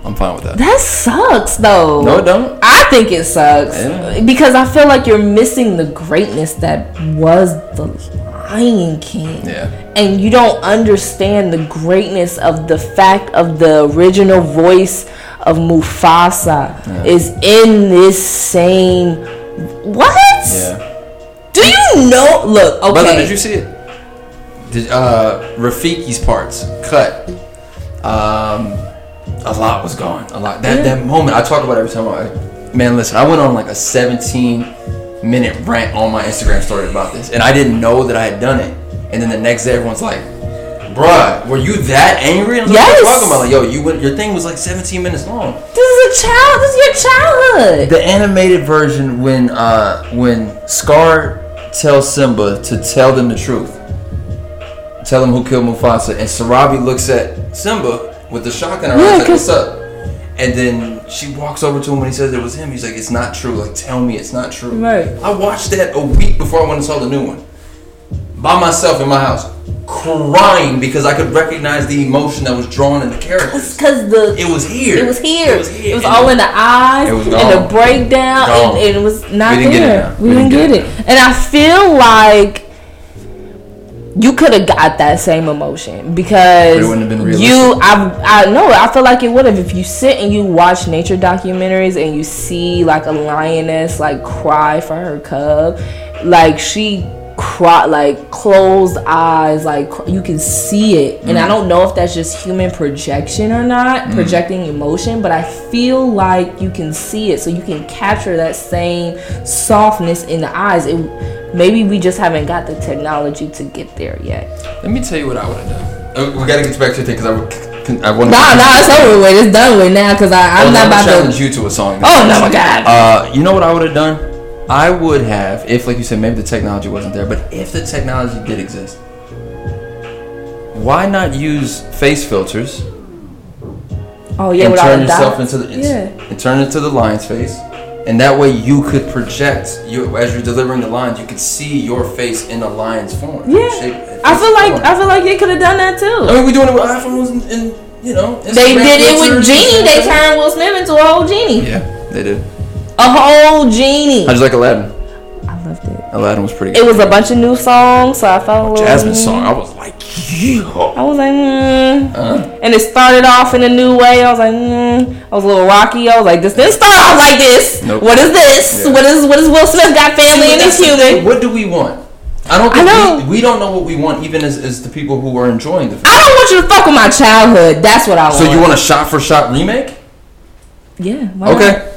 [SPEAKER 2] I'm fine with that.
[SPEAKER 1] That sucks though.
[SPEAKER 2] No, it don't.
[SPEAKER 1] I think it sucks
[SPEAKER 2] Yeah.
[SPEAKER 1] because I feel like you're missing the greatness that was the Lion King.
[SPEAKER 2] Yeah.
[SPEAKER 1] And you don't understand the greatness of the fact of the original voice of Mufasa is in this same what?
[SPEAKER 2] Yeah.
[SPEAKER 1] Do you know? Look, okay.
[SPEAKER 2] Brother, did you see it? Did uh, Rafiki's parts cut? Um, a lot was gone. A lot. That that moment I talk about every time. I, man, listen, I went on like a 17 minute rant on my Instagram story about this, and I didn't know that I had done it. And then the next day, everyone's like, "Bruh, were you that angry?" And I was like,
[SPEAKER 1] Yes.
[SPEAKER 2] "What you talking about like, yo, you went, your thing was like 17 minutes long."
[SPEAKER 1] this is a child. This is your childhood.
[SPEAKER 2] The animated version when uh when Scar tells Simba to tell them the truth. Tell them who killed Mufasa and Sarabi looks at Simba with the shock in her
[SPEAKER 1] Yeah,
[SPEAKER 2] eyes like
[SPEAKER 1] cause-
[SPEAKER 2] what's up? And then she walks over to him and he says it was him. He's like, It's not true, like tell me it's not true.
[SPEAKER 1] Right.
[SPEAKER 2] I watched that a week before I went and saw the new one. By myself in my house, crying because I could recognize the emotion that was drawn in the characters.
[SPEAKER 1] because the
[SPEAKER 2] It was here.
[SPEAKER 1] It was here. It was,
[SPEAKER 2] And
[SPEAKER 1] all in the eyes
[SPEAKER 2] It was
[SPEAKER 1] and
[SPEAKER 2] gone.
[SPEAKER 1] the breakdown,
[SPEAKER 2] Gone.
[SPEAKER 1] and, and it was not
[SPEAKER 2] We didn't get it
[SPEAKER 1] there.
[SPEAKER 2] now.
[SPEAKER 1] we, didn't get, it. And I feel like you could have got that same emotion because
[SPEAKER 2] But it wouldn't have been realistic.
[SPEAKER 1] you. I I know. I feel like it would have if you sit and you watch nature documentaries and you see like a lioness like cry for her cub, like she cry like closed eyes like cr- you can see it and i don't know if that's just human projection or not projecting emotion but i feel like you can see it so you can capture that same softness in the eyes it maybe we just haven't got the technology to get there yet
[SPEAKER 2] Let me tell you what I would have done. Uh, we gotta get back to your thing because I, I want to.
[SPEAKER 1] Nah, nah, it's over with. It's done with now because I'm not about
[SPEAKER 2] challenge
[SPEAKER 1] to.
[SPEAKER 2] you to a song.
[SPEAKER 1] Oh no, my God!
[SPEAKER 2] Uh, you know what I would have done? I would have, if like you said, maybe the technology wasn't there, but if the technology did exist, why not use face filters
[SPEAKER 1] oh yeah,
[SPEAKER 2] and
[SPEAKER 1] without
[SPEAKER 2] turn
[SPEAKER 1] a doubt.
[SPEAKER 2] yourself into the it's-
[SPEAKER 1] Yeah.
[SPEAKER 2] and turn into the lion's face, and that way you could project you as you're delivering the lines, you could see your face in a lion's form. shape-
[SPEAKER 1] yeah, I feel like
[SPEAKER 2] form.
[SPEAKER 1] I feel like they could have done that too.
[SPEAKER 2] I mean, we're doing it with iPhones and, and you know.
[SPEAKER 1] They
[SPEAKER 2] Instagram
[SPEAKER 1] did it with
[SPEAKER 2] filters
[SPEAKER 1] Genie.
[SPEAKER 2] and
[SPEAKER 1] They
[SPEAKER 2] everything.
[SPEAKER 1] turned Will Smith into a whole genie.
[SPEAKER 2] Yeah, they did.
[SPEAKER 1] A whole genie.
[SPEAKER 2] I just like Aladdin.
[SPEAKER 1] I loved it.
[SPEAKER 2] Aladdin was pretty
[SPEAKER 1] It
[SPEAKER 2] good.
[SPEAKER 1] was a bunch of new songs, so I felt a little.
[SPEAKER 2] Jasmine's song. I was like, yeah.
[SPEAKER 1] I was like, mm.
[SPEAKER 2] Uh,
[SPEAKER 1] and it started off in a new way. I was like, mm. I was a little rocky. I was like, this didn't start off like this.
[SPEAKER 2] Nope.
[SPEAKER 1] What is this?
[SPEAKER 2] Yeah.
[SPEAKER 1] What is what is Will Smith got family and he's human?
[SPEAKER 2] What do we want? I don't.
[SPEAKER 1] I
[SPEAKER 2] Think
[SPEAKER 1] know.
[SPEAKER 2] We, we don't know what we want, even as, as the people who are enjoying the. Film.
[SPEAKER 1] I don't want you to fuck with my childhood. That's what I want.
[SPEAKER 2] So you want a shot for shot remake?
[SPEAKER 1] Yeah. why not?
[SPEAKER 2] Okay.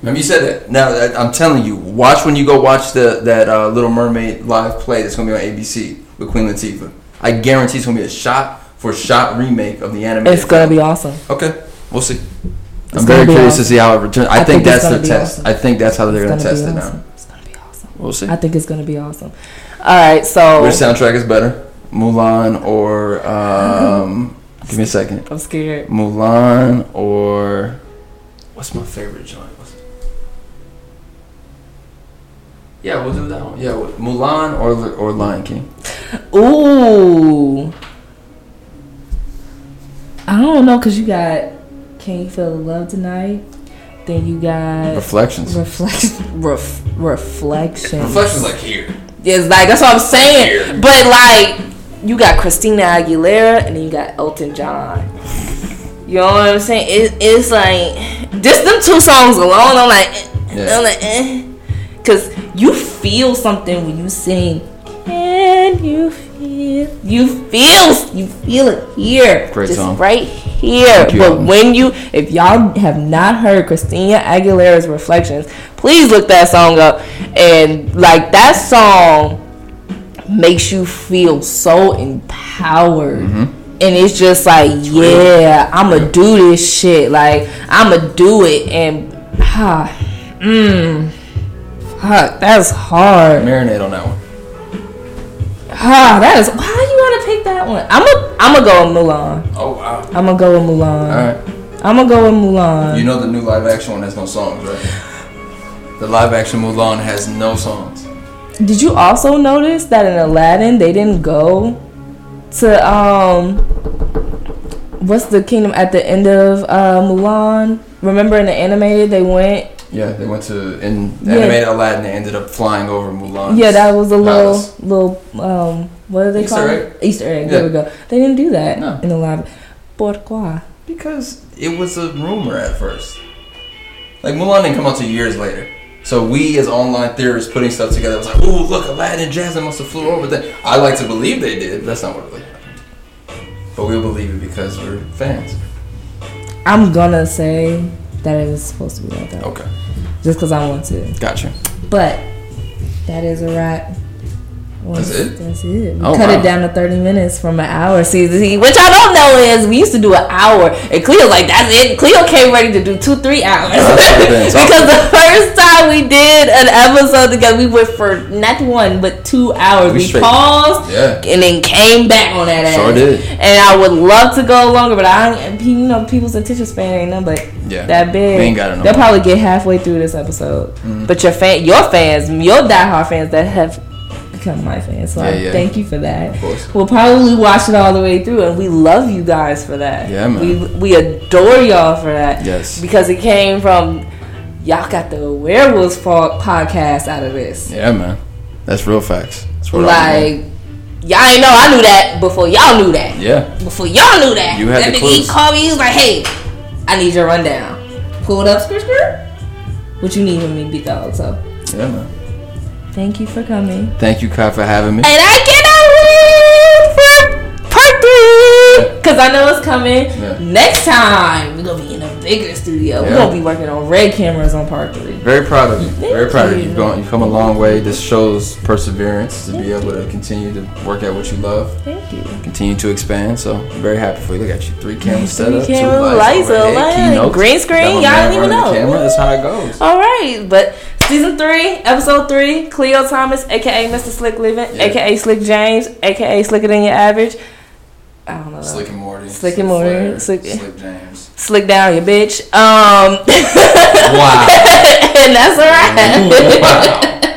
[SPEAKER 2] Remember you said that. Now I- I'm telling you, watch when you go watch the that uh, Little Mermaid live play that's gonna be on ABC with Queen Latifah. I guarantee it's gonna be a shot for shot remake of the anime.
[SPEAKER 1] It's gonna be awesome.
[SPEAKER 2] Okay, we'll see. I'm very
[SPEAKER 1] gonna be
[SPEAKER 2] curious
[SPEAKER 1] awesome.
[SPEAKER 2] to see how it returns. I,
[SPEAKER 1] I
[SPEAKER 2] think,
[SPEAKER 1] think it's
[SPEAKER 2] that's
[SPEAKER 1] gonna
[SPEAKER 2] their
[SPEAKER 1] be
[SPEAKER 2] test.
[SPEAKER 1] awesome.
[SPEAKER 2] I think that's how they're
[SPEAKER 1] It's
[SPEAKER 2] gonna,
[SPEAKER 1] gonna
[SPEAKER 2] test
[SPEAKER 1] be
[SPEAKER 2] it
[SPEAKER 1] awesome.
[SPEAKER 2] now.
[SPEAKER 1] It's gonna be awesome.
[SPEAKER 2] We'll see.
[SPEAKER 1] I think it's gonna be awesome. All right, so
[SPEAKER 2] Which soundtrack is better, Mulan or
[SPEAKER 1] [LAUGHS]
[SPEAKER 2] um? give me a second.
[SPEAKER 1] I'm scared.
[SPEAKER 2] Mulan or what's my favorite joint? What's- Yeah, we'll do that one. Yeah, we'll- Mulan or Li- or Lion King.
[SPEAKER 1] Ooh, I don't know, cause you got "Can You Feel the Love Tonight," then you got
[SPEAKER 2] Reflections.
[SPEAKER 1] reflex, ref, reflection.
[SPEAKER 2] Reflections like here.
[SPEAKER 1] It's like that's what I'm saying. But like you got Christina Aguilera and then you got Elton John. You know what I'm saying? It, it's like just them two songs alone. I'm like, eh,
[SPEAKER 2] Yeah.
[SPEAKER 1] I'm like, eh. cause you feel something when you sing. Can you feel? You feel, you feel it here,
[SPEAKER 2] Great
[SPEAKER 1] just
[SPEAKER 2] song.
[SPEAKER 1] right here.
[SPEAKER 2] you,
[SPEAKER 1] But
[SPEAKER 2] Elton.
[SPEAKER 1] when you, if y'all have not heard Christina Aguilera's Reflections, please look that song up. And like that song makes you feel so empowered.
[SPEAKER 2] Mm-hmm.
[SPEAKER 1] And it's just like, yeah, I'ma do this shit. Like, I'ma do it. And, ah, mm, fuck, that's hard.
[SPEAKER 2] Marinate on that one.
[SPEAKER 1] Ah, that is, why you gotta pick that one? I'ma, I'ma go with Mulan.
[SPEAKER 2] Oh wow.
[SPEAKER 1] I'ma go with Mulan.
[SPEAKER 2] All right.
[SPEAKER 1] I'ma go with Mulan.
[SPEAKER 2] You know the new live action one has no songs, right? The live action Mulan has no songs.
[SPEAKER 1] Did you also notice that in Aladdin they didn't go to um what's the kingdom at the end of uh Mulan? Remember in the animated they went?
[SPEAKER 2] Yeah, they went to in
[SPEAKER 1] Yeah.
[SPEAKER 2] animated Aladdin. They ended up flying over Mulan.
[SPEAKER 1] Yeah, that was a little
[SPEAKER 2] Palace.
[SPEAKER 1] little um what do they
[SPEAKER 2] Easter
[SPEAKER 1] call
[SPEAKER 2] egg?
[SPEAKER 1] it? Easter egg. There
[SPEAKER 2] Yeah.
[SPEAKER 1] we go. They didn't do that
[SPEAKER 2] No.
[SPEAKER 1] in the live. Pourquoi?
[SPEAKER 2] because it was a rumor at first. Like Mulan didn't come out till years later. So we, as online theorists, putting stuff together, was like, "Ooh, look, Aladdin and Jasmine must have flew over there." I like to believe they did. That's not what really happened. But we believe it because we're fans.
[SPEAKER 1] I'm gonna say that it was supposed to be like that.
[SPEAKER 2] Okay,
[SPEAKER 1] Just because I want to.
[SPEAKER 2] gotcha.
[SPEAKER 1] But that is a wrap.
[SPEAKER 2] That's it?
[SPEAKER 1] That's it. We
[SPEAKER 2] Oh,
[SPEAKER 1] cut
[SPEAKER 2] wow.
[SPEAKER 1] it down to 30 minutes from an hour. See, see, which I don't know is we used to do an hour, and Cleo like that's it. Cleo came ready to do two, three hours
[SPEAKER 2] That's what I've
[SPEAKER 1] [LAUGHS]
[SPEAKER 2] been talking
[SPEAKER 1] because the first time we did an episode together, we went for not one but two hours.
[SPEAKER 2] We
[SPEAKER 1] We,
[SPEAKER 2] straight-
[SPEAKER 1] paused,
[SPEAKER 2] Yeah.
[SPEAKER 1] and then came back on that.
[SPEAKER 2] Sure
[SPEAKER 1] ass.
[SPEAKER 2] did.
[SPEAKER 1] And I would love to go longer, but I, don't- you know, people's attention span ain't nothing but
[SPEAKER 2] Yeah.
[SPEAKER 1] that big.
[SPEAKER 2] We ain't got it no
[SPEAKER 1] They'll
[SPEAKER 2] more. Mm-hmm.
[SPEAKER 1] probably get halfway through this episode. But your fan, your fans, your diehard fans that have become my fans. So I
[SPEAKER 2] Yeah, yeah.
[SPEAKER 1] thank you for that.
[SPEAKER 2] course.
[SPEAKER 1] We'll probably watch it all the way through, and we love you guys for that.
[SPEAKER 2] Yeah, man.
[SPEAKER 1] We we adore y'all for that.
[SPEAKER 2] Yes.
[SPEAKER 1] Because it came from y'all got the werewolves po- podcast out of this.
[SPEAKER 2] Yeah, man, that's real facts. That's what I
[SPEAKER 1] Like y'all ain't know I knew that before y'all knew that
[SPEAKER 2] yeah,
[SPEAKER 1] before y'all knew that.
[SPEAKER 2] You had
[SPEAKER 1] that
[SPEAKER 2] the
[SPEAKER 1] nigga he
[SPEAKER 2] clues.
[SPEAKER 1] called me. He was like, "Hey, I need your rundown." Pulled up, skirt, skirt. What you need from me, beat dog. So
[SPEAKER 2] yeah, man.
[SPEAKER 1] thank you for coming, and
[SPEAKER 2] Thank you, Kai, for having me.
[SPEAKER 1] I cannot wait for part three because I know it's coming
[SPEAKER 2] Yeah.
[SPEAKER 1] next time. We're gonna be in a bigger studio. We're
[SPEAKER 2] Yeah.
[SPEAKER 1] gonna be working on red cameras on part three.
[SPEAKER 2] Very proud of you. Very proud of you.
[SPEAKER 1] you.
[SPEAKER 2] You've gone, you've come a long way. This shows perseverance to be able to continue to work at what you love,
[SPEAKER 1] Thank you.
[SPEAKER 2] continue to expand. So I'm very happy for you. Look at you, three cameras set up, two
[SPEAKER 1] camera,
[SPEAKER 2] lights,
[SPEAKER 1] lights, a
[SPEAKER 2] overhead,
[SPEAKER 1] light,
[SPEAKER 2] keynotes.
[SPEAKER 1] green screen,
[SPEAKER 2] Got my
[SPEAKER 1] y'all
[SPEAKER 2] man
[SPEAKER 1] didn't even
[SPEAKER 2] running the
[SPEAKER 1] know.
[SPEAKER 2] Camera, that's how it goes.
[SPEAKER 1] All right, but season three, episode three, Cleo Thomas, aka Mr. Slick Living,
[SPEAKER 2] Yeah.
[SPEAKER 1] aka Slick James, aka Slicker Than Your Average. I don't know.
[SPEAKER 2] Slick and Morty,
[SPEAKER 1] Slick and Morty,
[SPEAKER 2] Flair,
[SPEAKER 1] Slick-
[SPEAKER 2] Slick
[SPEAKER 1] [LAUGHS]
[SPEAKER 2] James.
[SPEAKER 1] Slick down your bitch. Um, [LAUGHS]
[SPEAKER 2] Wow.
[SPEAKER 1] and that's all right.
[SPEAKER 2] wow.